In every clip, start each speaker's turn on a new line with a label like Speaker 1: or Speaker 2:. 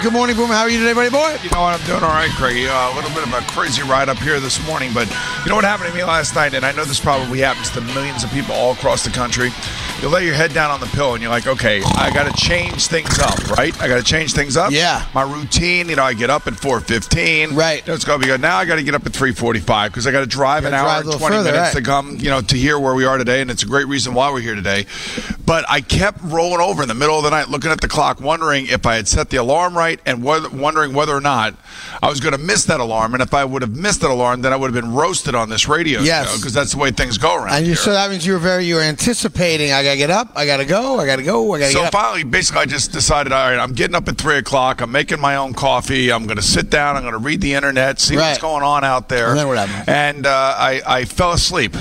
Speaker 1: Good morning, Boomer. How are you today, buddy boy?
Speaker 2: You know what? I'm doing all right, Craig. Uh, a little bit of a crazy ride up here this morning, but you know what happened to me last night? And I know this probably happens to millions of people all across the country. You lay your head down on the pillow and you're like, okay, I got to change things up, right? I got to change things up.
Speaker 1: Yeah.
Speaker 2: My routine, you know, I get up at 4.15.
Speaker 1: Right.
Speaker 2: Let's go. We go, now I got to get up at 3.45 because I got to drive an hour
Speaker 1: drive a
Speaker 2: and
Speaker 1: little
Speaker 2: 20
Speaker 1: further,
Speaker 2: minutes
Speaker 1: right.
Speaker 2: to come, you know, to hear where we are today. And it's a great reason why we're here today. But I kept rolling over in the middle of the night looking at the clock, wondering if I had set the alarm right and whether, wondering whether or not I was going to miss that alarm. And if I would have missed that alarm, then I would have been roasted on this radio
Speaker 1: Yes.
Speaker 2: because that's the way things go around
Speaker 1: And you,
Speaker 2: here.
Speaker 1: so that means you were very you were anticipating. I gotta get up. I gotta go. I gotta go. I gotta
Speaker 2: So
Speaker 1: get up.
Speaker 2: finally, basically, I just decided, all right, I'm getting up at three o'clock. I'm making my own coffee. I'm going to sit down. I'm going to read the internet, see
Speaker 1: Right.
Speaker 2: what's going on out there.
Speaker 1: And then what happened?
Speaker 2: And, uh, I, I fell asleep.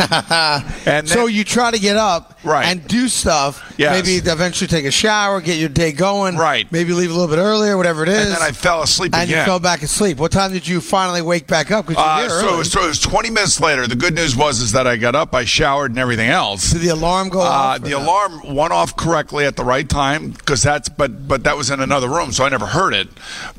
Speaker 2: and
Speaker 1: so
Speaker 2: then-
Speaker 1: you try to get up
Speaker 2: Right.
Speaker 1: and do stuff.
Speaker 2: Yes.
Speaker 1: Maybe eventually take a shower, get your day going.
Speaker 2: Right.
Speaker 1: Maybe leave a little bit earlier, whatever it is.
Speaker 2: and then I fell asleep
Speaker 1: And
Speaker 2: again.
Speaker 1: you fell back asleep. What time did you finally wake back up? Because
Speaker 2: Uh,
Speaker 1: you were here
Speaker 2: so,
Speaker 1: early.
Speaker 2: so it was 20 minutes later. The good news was is that I got up, I showered, and everything else.
Speaker 1: Did the alarm go
Speaker 2: Uh,
Speaker 1: off? or
Speaker 2: the
Speaker 1: no?
Speaker 2: alarm went off correctly at the right time because that's but but that was in another room, so I never heard it.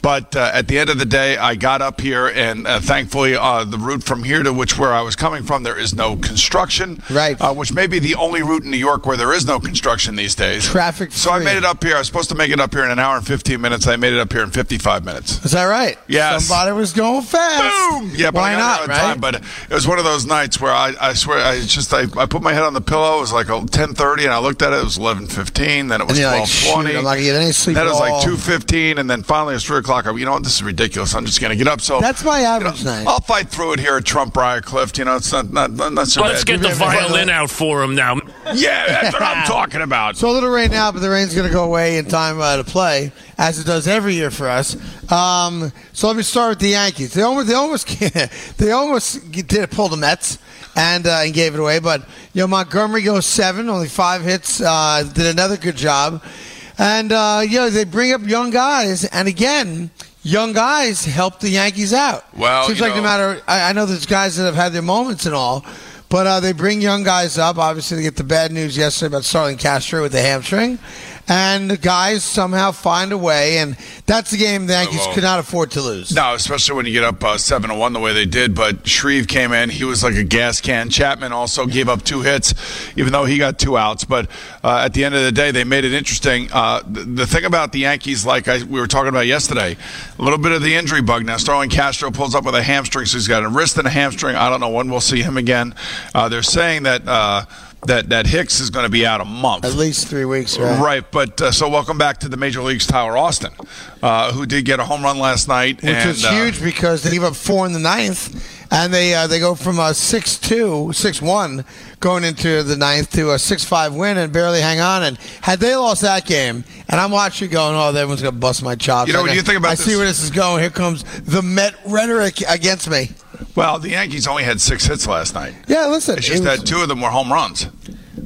Speaker 2: But uh, at the end of the day, I got up here, and uh, thankfully, uh, the route from here to which where I was coming from, there is no construction,
Speaker 1: Right.
Speaker 2: Uh, which may be the only route in New York where there is no construction these days.
Speaker 1: Traffic
Speaker 2: So I
Speaker 1: free.
Speaker 2: made it up here. I was supposed to make it up here in an hour and 15 minutes. I made it up here in 55 minutes.
Speaker 1: Is that right?
Speaker 2: Yes.
Speaker 1: Somebody was going fast.
Speaker 2: Boom! Yeah, but
Speaker 1: Why
Speaker 2: I got
Speaker 1: not?
Speaker 2: it on time,
Speaker 1: Right.
Speaker 2: but it was one of those nights where I, I swear I just I, I put my head on the pillow. It was like ten thirty, and I looked at it. It was eleven fifteen. Then it was
Speaker 1: And you're like,
Speaker 2: twelve twenty.
Speaker 1: "Shoot, I'm not gonna get any sleep
Speaker 2: Then it was
Speaker 1: at
Speaker 2: like
Speaker 1: all."
Speaker 2: two fifteen, and then finally it's three o'clock. I, you know what? This is ridiculous. I'm just gonna get up. So
Speaker 1: That's my average night.
Speaker 2: I'll fight through it here at Trump Briarcliff. You know, it's not not not, not so
Speaker 3: Let's
Speaker 2: bad.
Speaker 3: get the violin out for him now.
Speaker 2: yeah, that's what I'm talking about.
Speaker 1: So a little rain now, but the rain's going to go away in time uh, to play, as it does every year for us. Um, so let me start with the Yankees. They almost, they almost, they almost did pull the Mets and uh, and gave it away. But you know Montgomery goes seven, only five hits. Uh, did another good job, and uh, you know they bring up young guys, and again. Young guys help the Yankees out.
Speaker 2: Well,
Speaker 1: seems
Speaker 2: you
Speaker 1: like no
Speaker 2: know-
Speaker 1: matter. I, I know there's guys that have had their moments and all, but uh, they bring young guys up. Obviously, they get the bad news yesterday about Starling Castro with the hamstring, and the guys somehow find a way. And that's the game the Yankees
Speaker 2: well.
Speaker 1: could not afford to lose.
Speaker 2: No, especially when you get up uh, seven to one the way they did. But Shreve came in; he was like a gas can. Chapman also gave up two hits, even though he got two outs. But uh, at the end of the day, they made it interesting. Uh, the, the thing about the Yankees, like I, we were talking about yesterday, a little bit of the injury bug. Now Starling Castro pulls up with a hamstring, so he's got a wrist and a hamstring. I don't know when we'll see him again. Uh, they're saying that. Uh, that, that Hicks is going to be out a month.
Speaker 1: At least three weeks, right?
Speaker 2: Right, but uh, so welcome back to the major leagues, Tyler Austin, uh, who did get a home run last night,
Speaker 1: Which
Speaker 2: and,
Speaker 1: is
Speaker 2: uh,
Speaker 1: huge because they give up four in the ninth, and they uh, they go from a six two six one going into the ninth to a six five win and barely hang on. And had they lost that game, and I'm watching going, oh, everyone's gonna bust my chops.
Speaker 2: You know, when
Speaker 1: I-
Speaker 2: you think about
Speaker 1: I see
Speaker 2: this-
Speaker 1: where this is going. Here comes the Met rhetoric against me.
Speaker 2: Well, the Yankees only had six hits last night.
Speaker 1: Yeah, listen,
Speaker 2: It's just
Speaker 1: it was-
Speaker 2: that two of them were home runs.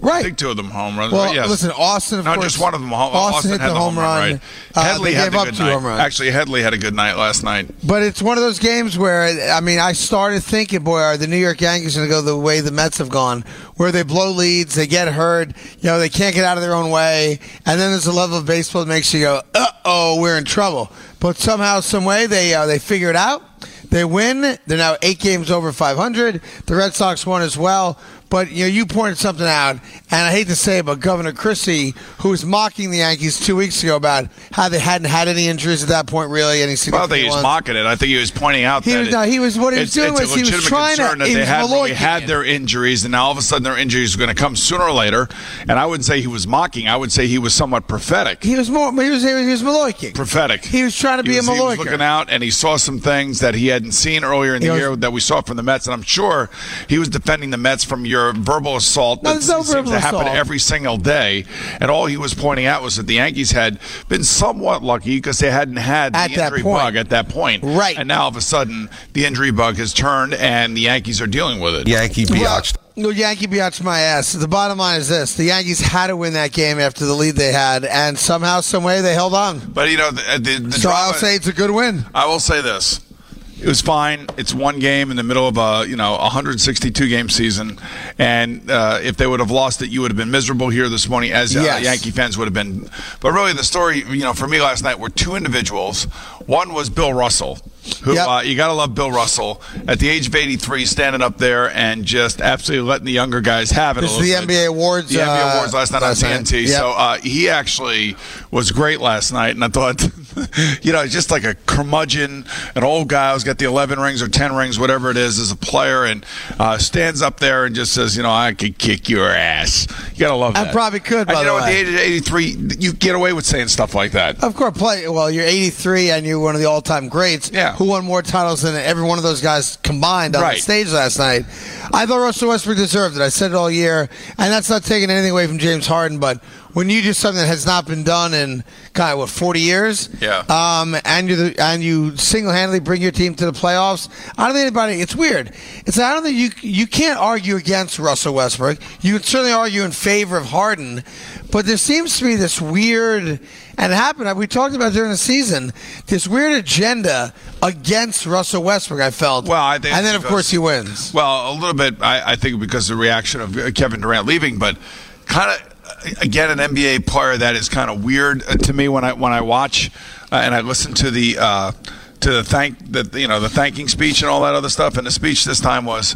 Speaker 2: I
Speaker 1: right.
Speaker 2: think two of them were home runs.
Speaker 1: Well,
Speaker 2: but yes.
Speaker 1: listen, Austin. Of
Speaker 2: no,
Speaker 1: course,
Speaker 2: just one of them. Home, Austin,
Speaker 1: hit
Speaker 2: had
Speaker 1: the home run.
Speaker 2: right?
Speaker 1: Uh,
Speaker 2: Hedley
Speaker 1: they
Speaker 2: had
Speaker 1: gave
Speaker 2: a
Speaker 1: up
Speaker 2: good
Speaker 1: two
Speaker 2: night.
Speaker 1: home runs.
Speaker 2: Actually, Headley had a good night last night.
Speaker 1: But it's one of those games where I mean, I started thinking, boy, are the New York Yankees going to go the way the Mets have gone, where they blow leads, they get hurt, you know, they can't get out of their own way, and then there's a level of baseball that makes you go, uh oh, we're in trouble. But somehow, some way, they uh, they figure it out. They win. They're now eight games over 500. The Red Sox won as well. But you know, you pointed something out, and I hate to say it, but Governor Christie, who was mocking the Yankees two weeks ago about how they hadn't had any injuries at that point, really, any
Speaker 2: I don't
Speaker 1: significant
Speaker 2: think he was
Speaker 1: ones.
Speaker 2: mocking it. I think he was pointing out
Speaker 1: He
Speaker 2: that
Speaker 1: was-
Speaker 2: it-
Speaker 1: no, he was- what he was
Speaker 2: it's-
Speaker 1: doing
Speaker 2: it's a
Speaker 1: was he was
Speaker 2: legitimate
Speaker 1: trying to-
Speaker 2: concern that
Speaker 1: he
Speaker 2: they
Speaker 1: was
Speaker 2: had really
Speaker 1: Maloykin.
Speaker 2: had their injuries, and now all of a sudden their injuries are going to come sooner or later. And I wouldn't say he was mocking. I would say he was somewhat prophetic.
Speaker 1: He was more. He was. He was, he was Maloyking.
Speaker 2: prophetic.
Speaker 1: He was trying to be
Speaker 2: He
Speaker 1: a
Speaker 2: was- He was
Speaker 1: Maloyker.
Speaker 2: looking out, and he saw some things that he hadn't seen earlier in
Speaker 1: He
Speaker 2: the
Speaker 1: was-
Speaker 2: year that we saw from the Mets, and I'm sure he was defending the Mets from your verbal assault
Speaker 1: No,
Speaker 2: that
Speaker 1: there's no
Speaker 2: seems
Speaker 1: verbal
Speaker 2: to happen
Speaker 1: assault.
Speaker 2: every single day. And all he was pointing out was that the Yankees had been somewhat lucky because they hadn't had
Speaker 1: At
Speaker 2: the
Speaker 1: that
Speaker 2: injury
Speaker 1: point.
Speaker 2: bug at that point.
Speaker 1: Right.
Speaker 2: And now all of a sudden the injury bug has turned and the Yankees are dealing with it.
Speaker 4: Yankee biatch.
Speaker 1: No, Yankee biatch my ass. The bottom line is this: the Yankees had to win that game after the lead they had, and somehow, some way, they held on.
Speaker 2: But you know, the, the, the
Speaker 1: So I'll
Speaker 2: drama-
Speaker 1: say it's a good win.
Speaker 2: I will say this. It was fine. It's one game in the middle of a you know 162 game season, and uh, if they would have lost it, you would have been miserable here this morning, as uh,
Speaker 1: Yes.
Speaker 2: Yankee fans would have been. But really, the story you know for me last night were two individuals. One was Bill Russell, who
Speaker 1: Yep.
Speaker 2: uh, you gotta love Bill Russell at the age of 83, standing up there and just absolutely letting the younger guys have it.
Speaker 1: This
Speaker 2: a
Speaker 1: is
Speaker 2: little
Speaker 1: the
Speaker 2: bit.
Speaker 1: NBA awards,
Speaker 2: The NBA
Speaker 1: uh,
Speaker 2: awards last night
Speaker 1: last
Speaker 2: on
Speaker 1: night.
Speaker 2: TNT.
Speaker 1: Yep.
Speaker 2: So uh, he actually was great last night, and I thought, you know, just like a curmudgeon, an old guy who's got the 11 rings or 10 rings, whatever it is, as a player, and uh, stands up there and just says, you know, I could kick your ass. You gotta love
Speaker 1: I
Speaker 2: that.
Speaker 1: probably could,
Speaker 2: And
Speaker 1: by
Speaker 2: you
Speaker 1: the
Speaker 2: know, at
Speaker 1: way.
Speaker 2: the age of 83, you get away with saying stuff like that.
Speaker 1: Of course, play. Well, you're 83 and you're one of the all-time greats.
Speaker 2: Yeah.
Speaker 1: Who won more titles than every one of those guys combined on
Speaker 2: Right.
Speaker 1: the stage last night? I thought Russell Westbrook deserved it. I said it all year, and that's not taking anything away from James Harden. But when you do something that has not been done in God, what 40 years?
Speaker 2: Yeah.
Speaker 1: Um, and you the and you single-handedly bring your team to the playoffs. I don't think anybody. It's weird. It's I don't think you you can't argue against Russell Westbrook. You can certainly argue in favor of Harden, but there seems to be this weird and it happened. We talked about during the season this weird agenda against Russell Westbrook. I felt.
Speaker 2: Well, I think
Speaker 1: and then of
Speaker 2: because-
Speaker 1: course he wins.
Speaker 2: Well, a little bit, I, I think, because of the reaction of Kevin Durant leaving, but kind of again an NBA player that is kind of weird uh, to me when I when I watch uh, and I listen to the uh, to the thank the you know the thanking speech and all that other stuff. And the speech this time was.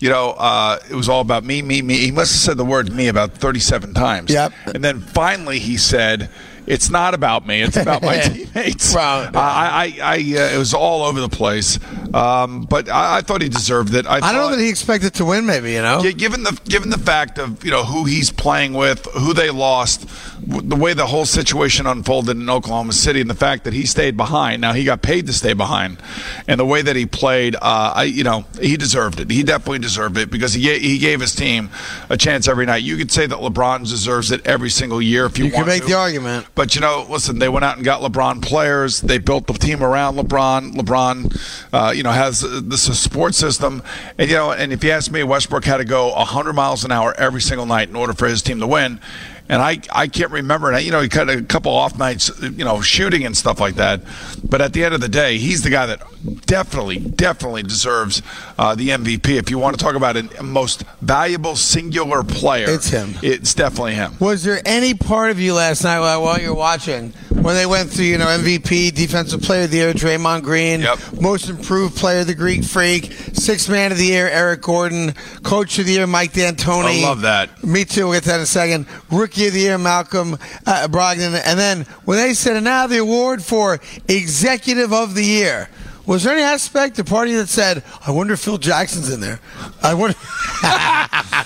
Speaker 2: You know, uh, it was all about me, me, me. He must have said the word "me" about thirty-seven times.
Speaker 1: Yep.
Speaker 2: And then finally, he said, "It's not about me. It's about my teammates."
Speaker 1: Wow.
Speaker 2: Uh, I, I, I uh, it was all over the place. Um, but I, I thought he deserved it.
Speaker 1: I don't know
Speaker 2: thought-
Speaker 1: that he expected to win. Maybe you know.
Speaker 2: yeah, given the given the fact of you know who he's playing with, who they lost, w- the way the whole situation unfolded in Oklahoma City, and the fact that he stayed behind. Now he got paid to stay behind, and the way that he played, uh, I you know he deserved it. He definitely deserved it because he ga- he gave his team a chance every night. You could say that LeBron deserves it every single year if you,
Speaker 1: You can
Speaker 2: want
Speaker 1: make
Speaker 2: to.
Speaker 1: the argument.
Speaker 2: But you know, listen, they went out and got LeBron players. They built the team around LeBron. LeBron, uh, you know, has uh, this is sports system, and you know, and if you ask me, Westbrook had to go 100 miles an hour every single night in order for his team to win. And I, I can't remember. And, You know, he cut a couple off nights, you know, shooting and stuff like that. But at the end of the day, he's the guy that definitely, definitely deserves uh, the MVP. If you want to talk about a most valuable singular player,
Speaker 1: It's him.
Speaker 2: It's definitely him.
Speaker 1: Was there any part of you last night while, while you were watching when they went through, you know, MVP, Defensive Player of the Year, Draymond Green,
Speaker 2: Yep.
Speaker 1: Most Improved Player, the Greek Freak, Sixth Man of the Year, Eric Gordon, Coach of the Year, Mike D'Antoni.
Speaker 2: I love that.
Speaker 1: Me too. We'll get to that in a second. Rookie of the Year, Malcolm uh, Brogdon. And then when they said, and now the award for Executive of the Year. Was there any aspect, the party that said, I wonder if Phil Jackson's in there? I wonder.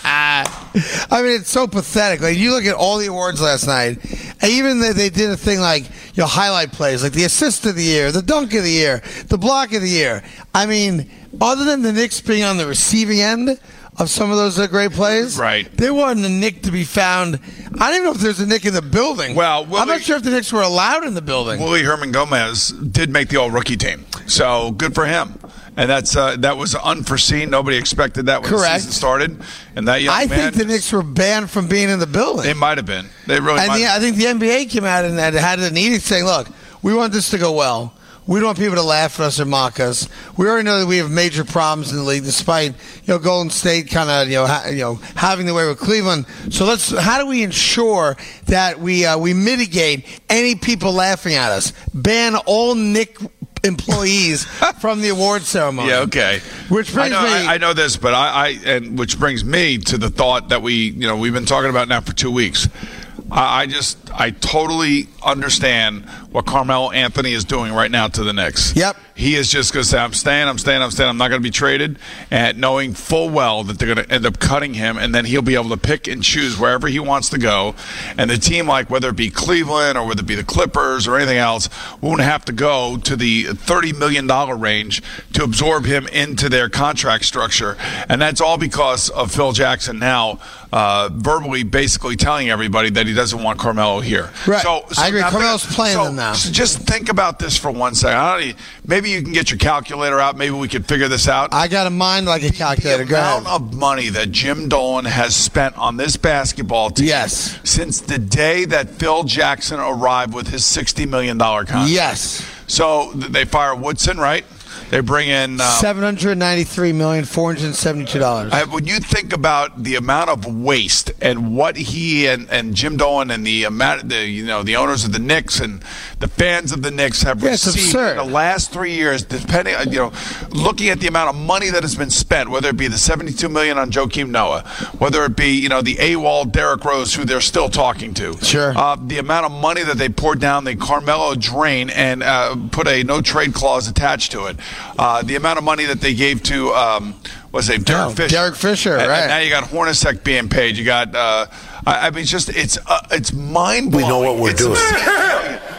Speaker 1: I mean, it's so pathetic. Like, you look at all the awards last night, and even they, they did a thing like, you know, highlight plays, like the assist of the year, the dunk of the year, the block of the year. I mean, other than the Knicks being on the receiving end of some of those uh, great plays,
Speaker 2: Right.
Speaker 1: there wasn't a Nick to be found. I don't even know if there's a Nick in the building.
Speaker 2: Well, Willie-
Speaker 1: I'm not sure if the Knicks were allowed in the building.
Speaker 2: Willie Herman Gomez did make the all rookie team, so good for him. And that's uh, that was unforeseen. Nobody expected that when the
Speaker 1: Correct.
Speaker 2: season started. And that young
Speaker 1: I
Speaker 2: man,
Speaker 1: think the Knicks were banned from being in the building.
Speaker 2: they might have been. They really might.
Speaker 1: And the, I think the NBA came out and had, had an edict saying, look, we want this to go well. We don't want people to laugh at us or mock us. We already know that we have major problems in the league, despite you know Golden State kind of you know ha- you know having the way with Cleveland. So let's how do we ensure that we uh, we mitigate any people laughing at us? Ban all Nick employees from the award ceremony.
Speaker 2: yeah, okay.
Speaker 1: Which brings
Speaker 2: I know,
Speaker 1: me-
Speaker 2: I, I know this, but I, I and which brings me to the thought that we, you know, we've been talking about now for two weeks. I, I just I totally understand what Carmelo Anthony is doing right now to the Knicks.
Speaker 1: Yep.
Speaker 2: He is just going to say, I'm staying, I'm staying, I'm staying. I'm not going to be traded. And knowing full well that they're going to end up cutting him, and then he'll be able to pick and choose wherever he wants to go. And the team, like whether it be Cleveland or whether it be the Clippers or anything else, won't have to go to the $30 million range to absorb him into their contract structure. And that's all because of Phil Jackson now uh, verbally basically telling everybody that he doesn't want Carmelo here.
Speaker 1: Right.
Speaker 2: So, so
Speaker 1: I agree.
Speaker 2: now they're-
Speaker 1: Carmelo's playing
Speaker 2: so-
Speaker 1: them now.
Speaker 2: So just think about this for one second. I don't, e- maybe you can get your calculator out. Maybe we could figure this out.
Speaker 1: I got a mind like a calculator.
Speaker 2: The
Speaker 1: Go ahead.
Speaker 2: amount of money that Jim Dolan has spent on this basketball team
Speaker 1: Yes.
Speaker 2: since the day that Phil Jackson arrived with his $60 million contract.
Speaker 1: Yes.
Speaker 2: So th- they fire Woodson, right? They bring in. uh
Speaker 1: Seven hundred ninety-three million four hundred seventy-two dollars.
Speaker 2: I, Uh, when you think about the amount of waste and what he and, and Jim Dolan and the amount, the you know the owners of the Knicks and the fans of the Knicks have
Speaker 1: Yeah, it's
Speaker 2: received
Speaker 1: absurd.
Speaker 2: in the last three years, depending on you know, looking at the amount of money that has been spent, whether it be the seventy-two million on Joakim Noah, whether it be you know the AWOL Derrick Rose, who they're still talking to,
Speaker 1: Sure.
Speaker 2: uh, the amount of money that they poured down the Carmelo drain and uh, put a no trade clause attached to it, uh, the amount of money that they gave to. Um, was it Derek
Speaker 1: Oh,
Speaker 2: Fisher?
Speaker 1: Derek Fisher,
Speaker 2: And- and
Speaker 1: right.
Speaker 2: now you got Hornacek being paid. You got. Uh, I, I mean, it's just it's uh, it's mind blowing.
Speaker 4: know what we're doing.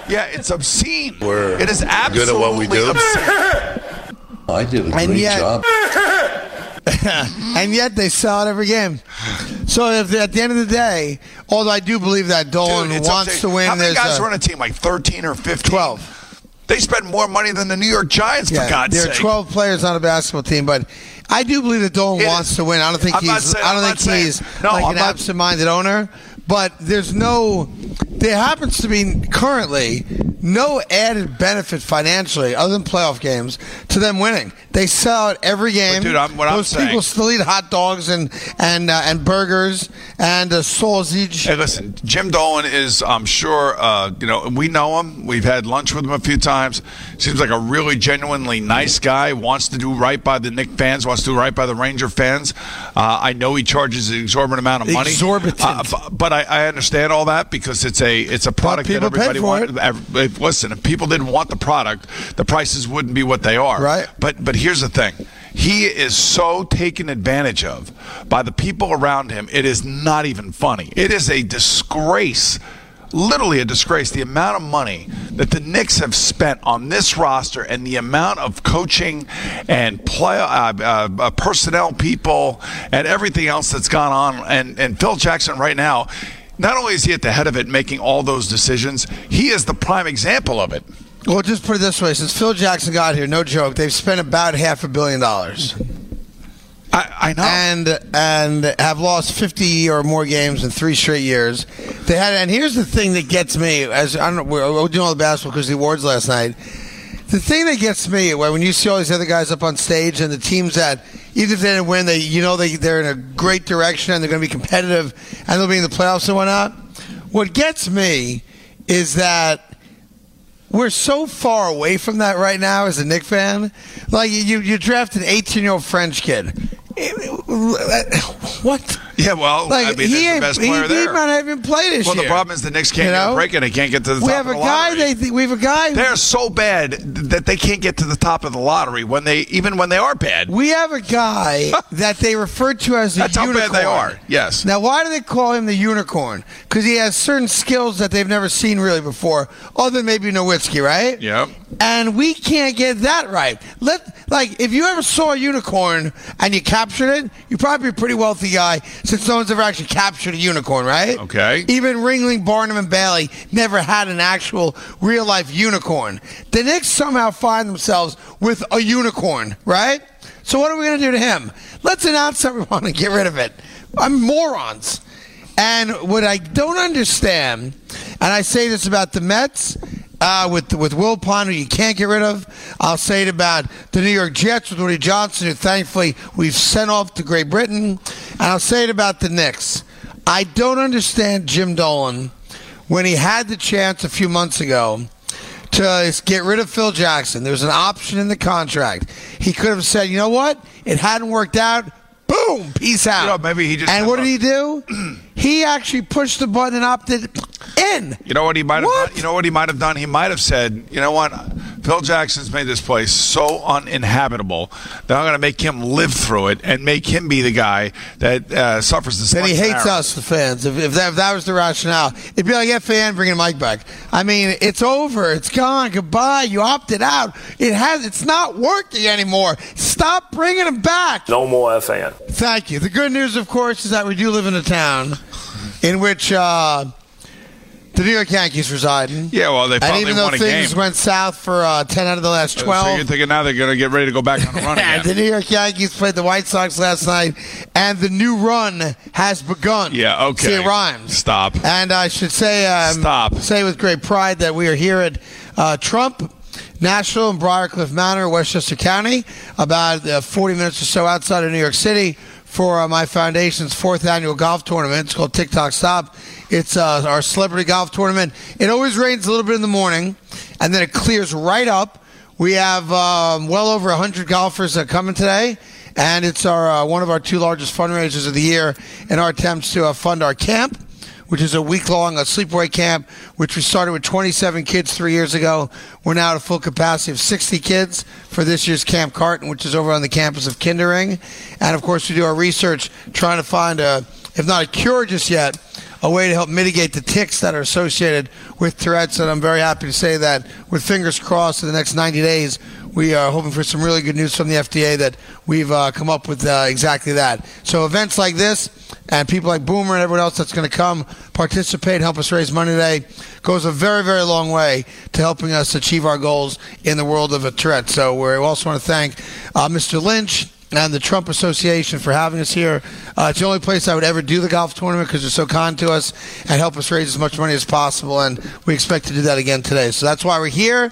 Speaker 2: yeah, it's obscene.
Speaker 4: We're
Speaker 2: it is
Speaker 4: good at
Speaker 2: absolutely
Speaker 4: what we do.
Speaker 2: obscene.
Speaker 4: I did a
Speaker 1: And
Speaker 4: great
Speaker 1: yet-
Speaker 4: job.
Speaker 1: and yet they sell out every game. So if, at the end of the day, although I do believe that Dolan
Speaker 2: Dude, it's
Speaker 1: wants
Speaker 2: obscene.
Speaker 1: to win, uh,
Speaker 2: How many
Speaker 1: there's
Speaker 2: guys
Speaker 1: a-
Speaker 2: run a team like thirteen or fifteen?
Speaker 1: 12.
Speaker 2: They spend more money than the New York Giants for
Speaker 1: yeah,
Speaker 2: God's
Speaker 1: there
Speaker 2: sake.
Speaker 1: are twelve players on a basketball team, but. I do believe that Dolan
Speaker 2: It-
Speaker 1: wants to win. I don't think
Speaker 2: I'm not
Speaker 1: he's.
Speaker 2: saying-
Speaker 1: I don't think
Speaker 2: I'm not saying-
Speaker 1: he's
Speaker 2: No,
Speaker 1: like
Speaker 2: I'm
Speaker 1: an
Speaker 2: not-
Speaker 1: absent-minded owner. But there's no. There happens to be currently no added benefit financially other than playoff games to them winning. They sell out every game.
Speaker 2: dude, I'm- what I'm
Speaker 1: Those people
Speaker 2: saying-
Speaker 1: still eat hot dogs and and uh, and burgers and uh, sausage.
Speaker 2: Hey, listen, Jim Dolan is, I'm sure, uh, you know, we know him. We've had lunch with him a few times. Seems like a really genuinely nice guy. Wants to do right by the Nick fans, wants to do right by the Ranger fans. Uh, I know he charges an exorbitant amount of money.
Speaker 1: Exorbitant.
Speaker 2: Uh, bu- but I, I understand all that because it's a it's a product that
Speaker 1: people paid
Speaker 2: everybody
Speaker 1: for
Speaker 2: wanted.
Speaker 1: it.
Speaker 2: ev- if- Listen, if people didn't want the product, the prices wouldn't be what they are.
Speaker 1: Right.
Speaker 2: But but here's the thing. He is so taken advantage of by the people around him. It is not even funny. It is a disgrace. Literally a disgrace. The amount of money that the Knicks have spent on this roster and the amount of coaching and play uh, uh, uh, personnel people and everything else that's gone on. And, and Phil Jackson, right now, not only is he at the head of it making all those decisions, he is the prime example of it.
Speaker 1: Well, just put it this way: since Phil Jackson got here, no joke, they've spent about half a billion dollars
Speaker 2: I, I know.
Speaker 1: and and have lost fifty or more games in three straight years. They had, and here's the thing that gets me: as I don't know, we're, we're doing all the basketball because the awards last night. The thing that gets me when when you see all these other guys up on stage and the teams that even if they didn't win, they you know they they're in a great direction and they're going to be competitive and they'll be in the playoffs and whatnot. What gets me is that we're so far away from that right now as a Knicks fan. Like you, you draft an 18 year old French kid. What?
Speaker 2: yeah, well,
Speaker 1: Like
Speaker 2: I
Speaker 1: he
Speaker 2: mean, he's the
Speaker 1: ain't,
Speaker 2: best
Speaker 1: he,
Speaker 2: player
Speaker 1: he
Speaker 2: there.
Speaker 1: might have even played this
Speaker 2: Well, the
Speaker 1: year.
Speaker 2: problem is the Knicks can't
Speaker 1: You
Speaker 2: get
Speaker 1: know?
Speaker 2: a break and they can't get to the
Speaker 1: we
Speaker 2: top
Speaker 1: have
Speaker 2: of
Speaker 1: a
Speaker 2: the
Speaker 1: guy.
Speaker 2: lottery.
Speaker 1: They think we have a guy.
Speaker 2: They're so bad that they can't get to the top of the lottery when they even when they are bad.
Speaker 1: we have a guy that they refer to as a
Speaker 2: That's how
Speaker 1: unicorn.
Speaker 2: bad they are. Yes.
Speaker 1: Now, why do they call him the unicorn? Because he has certain skills that they've never seen really before, other than maybe Nowitzki, right?
Speaker 2: Yep.
Speaker 1: And we can't get that right. Let like if you ever saw a unicorn and you captured it, you'd probably be a pretty wealthy guy since no one's ever actually captured a unicorn, right?
Speaker 2: Okay.
Speaker 1: Even Ringling, Barnum, and Bailey never had an actual real life unicorn. The Knicks somehow find themselves with a unicorn, right? So what are we going to do to him? Let's announce that we want to get rid of it. I'm morons. And what I don't understand, and I say this about the Mets. Uh, with with Will Pond, who you can't get rid of, I'll say it about the New York Jets with Woody Johnson, who thankfully we've sent off to Great Britain, and I'll say it about the Knicks. I don't understand Jim Dolan when he had the chance a few months ago to get rid of Phil Jackson. There was an option in the contract. He could have said, you know what? It hadn't worked out. Boom, peace out.
Speaker 2: You know, maybe he just
Speaker 1: and
Speaker 2: had
Speaker 1: what
Speaker 2: a-
Speaker 1: did he do? He actually pushed the button and opted in.
Speaker 2: You know what he might have
Speaker 1: What?
Speaker 2: done? You know what he might have done? He might have said, you know what? Phil Jackson's made this place so uninhabitable that I'm going to make him live through it and make him be the guy that uh, suffers the
Speaker 1: Then he
Speaker 2: slights and
Speaker 1: hates
Speaker 2: arrows."
Speaker 1: us, the fans. If, if, that, if that was the rationale, it'd be like FAN bringing Mike back. I mean, it's over. It's gone. Goodbye. You opted out. It has. It's not working anymore. Stop bringing him back.
Speaker 4: No more fan.
Speaker 1: Thank you. The good news, of course, is that we do live in a town in which uh, the New York Yankees reside.
Speaker 2: Yeah, well, they
Speaker 1: And
Speaker 2: finally
Speaker 1: even though
Speaker 2: won a
Speaker 1: things
Speaker 2: game.
Speaker 1: went south for uh, 10 out of the last
Speaker 2: So
Speaker 1: 12,
Speaker 2: you're thinking now they're going to get ready to go back on the run
Speaker 1: and the
Speaker 2: again.
Speaker 1: New York Yankees played the White Sox last night, and the new run has begun.
Speaker 2: Yeah, okay.
Speaker 1: See, it rhymes.
Speaker 2: Stop.
Speaker 1: And I should say, um,
Speaker 2: Stop.
Speaker 1: Say with great pride that we are here at uh, Trump National in Briarcliff Manor, Westchester County, about uh, 40 minutes or so outside of New York City. For uh, my foundation's fourth annual golf tournament, it's called TikTok Stop. It's uh, our celebrity golf tournament. It always rains a little bit in the morning, and then it clears right up. We have um, well over 100 golfers that are coming today, and it's our uh, one of our two largest fundraisers of the year in our attempts to uh, fund our camp, which is a week long uh, sleepaway camp, which we started with 27 kids three years ago. We're now at a full capacity of 60 kids for this year's Camp Carton, which is over on the campus of Kindering. And of course, we do our research trying to find a, if not a cure just yet, a way to help mitigate the ticks that are associated with Tourette's. And I'm very happy to say that, with fingers crossed, in the next 90 days, we are hoping for some really good news from the FDA that we've uh, come up with uh, exactly that. So events like this and people like Boomer and everyone else that's going to come participate, help us raise money today, goes a very, very long way to helping us achieve our goals in the world of a Tourette. So we also want to thank uh, Mr. Lynch and the Trump Association for having us here. Uh, it's the only place I would ever do the golf tournament because they're so kind to us and help us raise as much money as possible. And we expect to do that again today. So that's why we're here.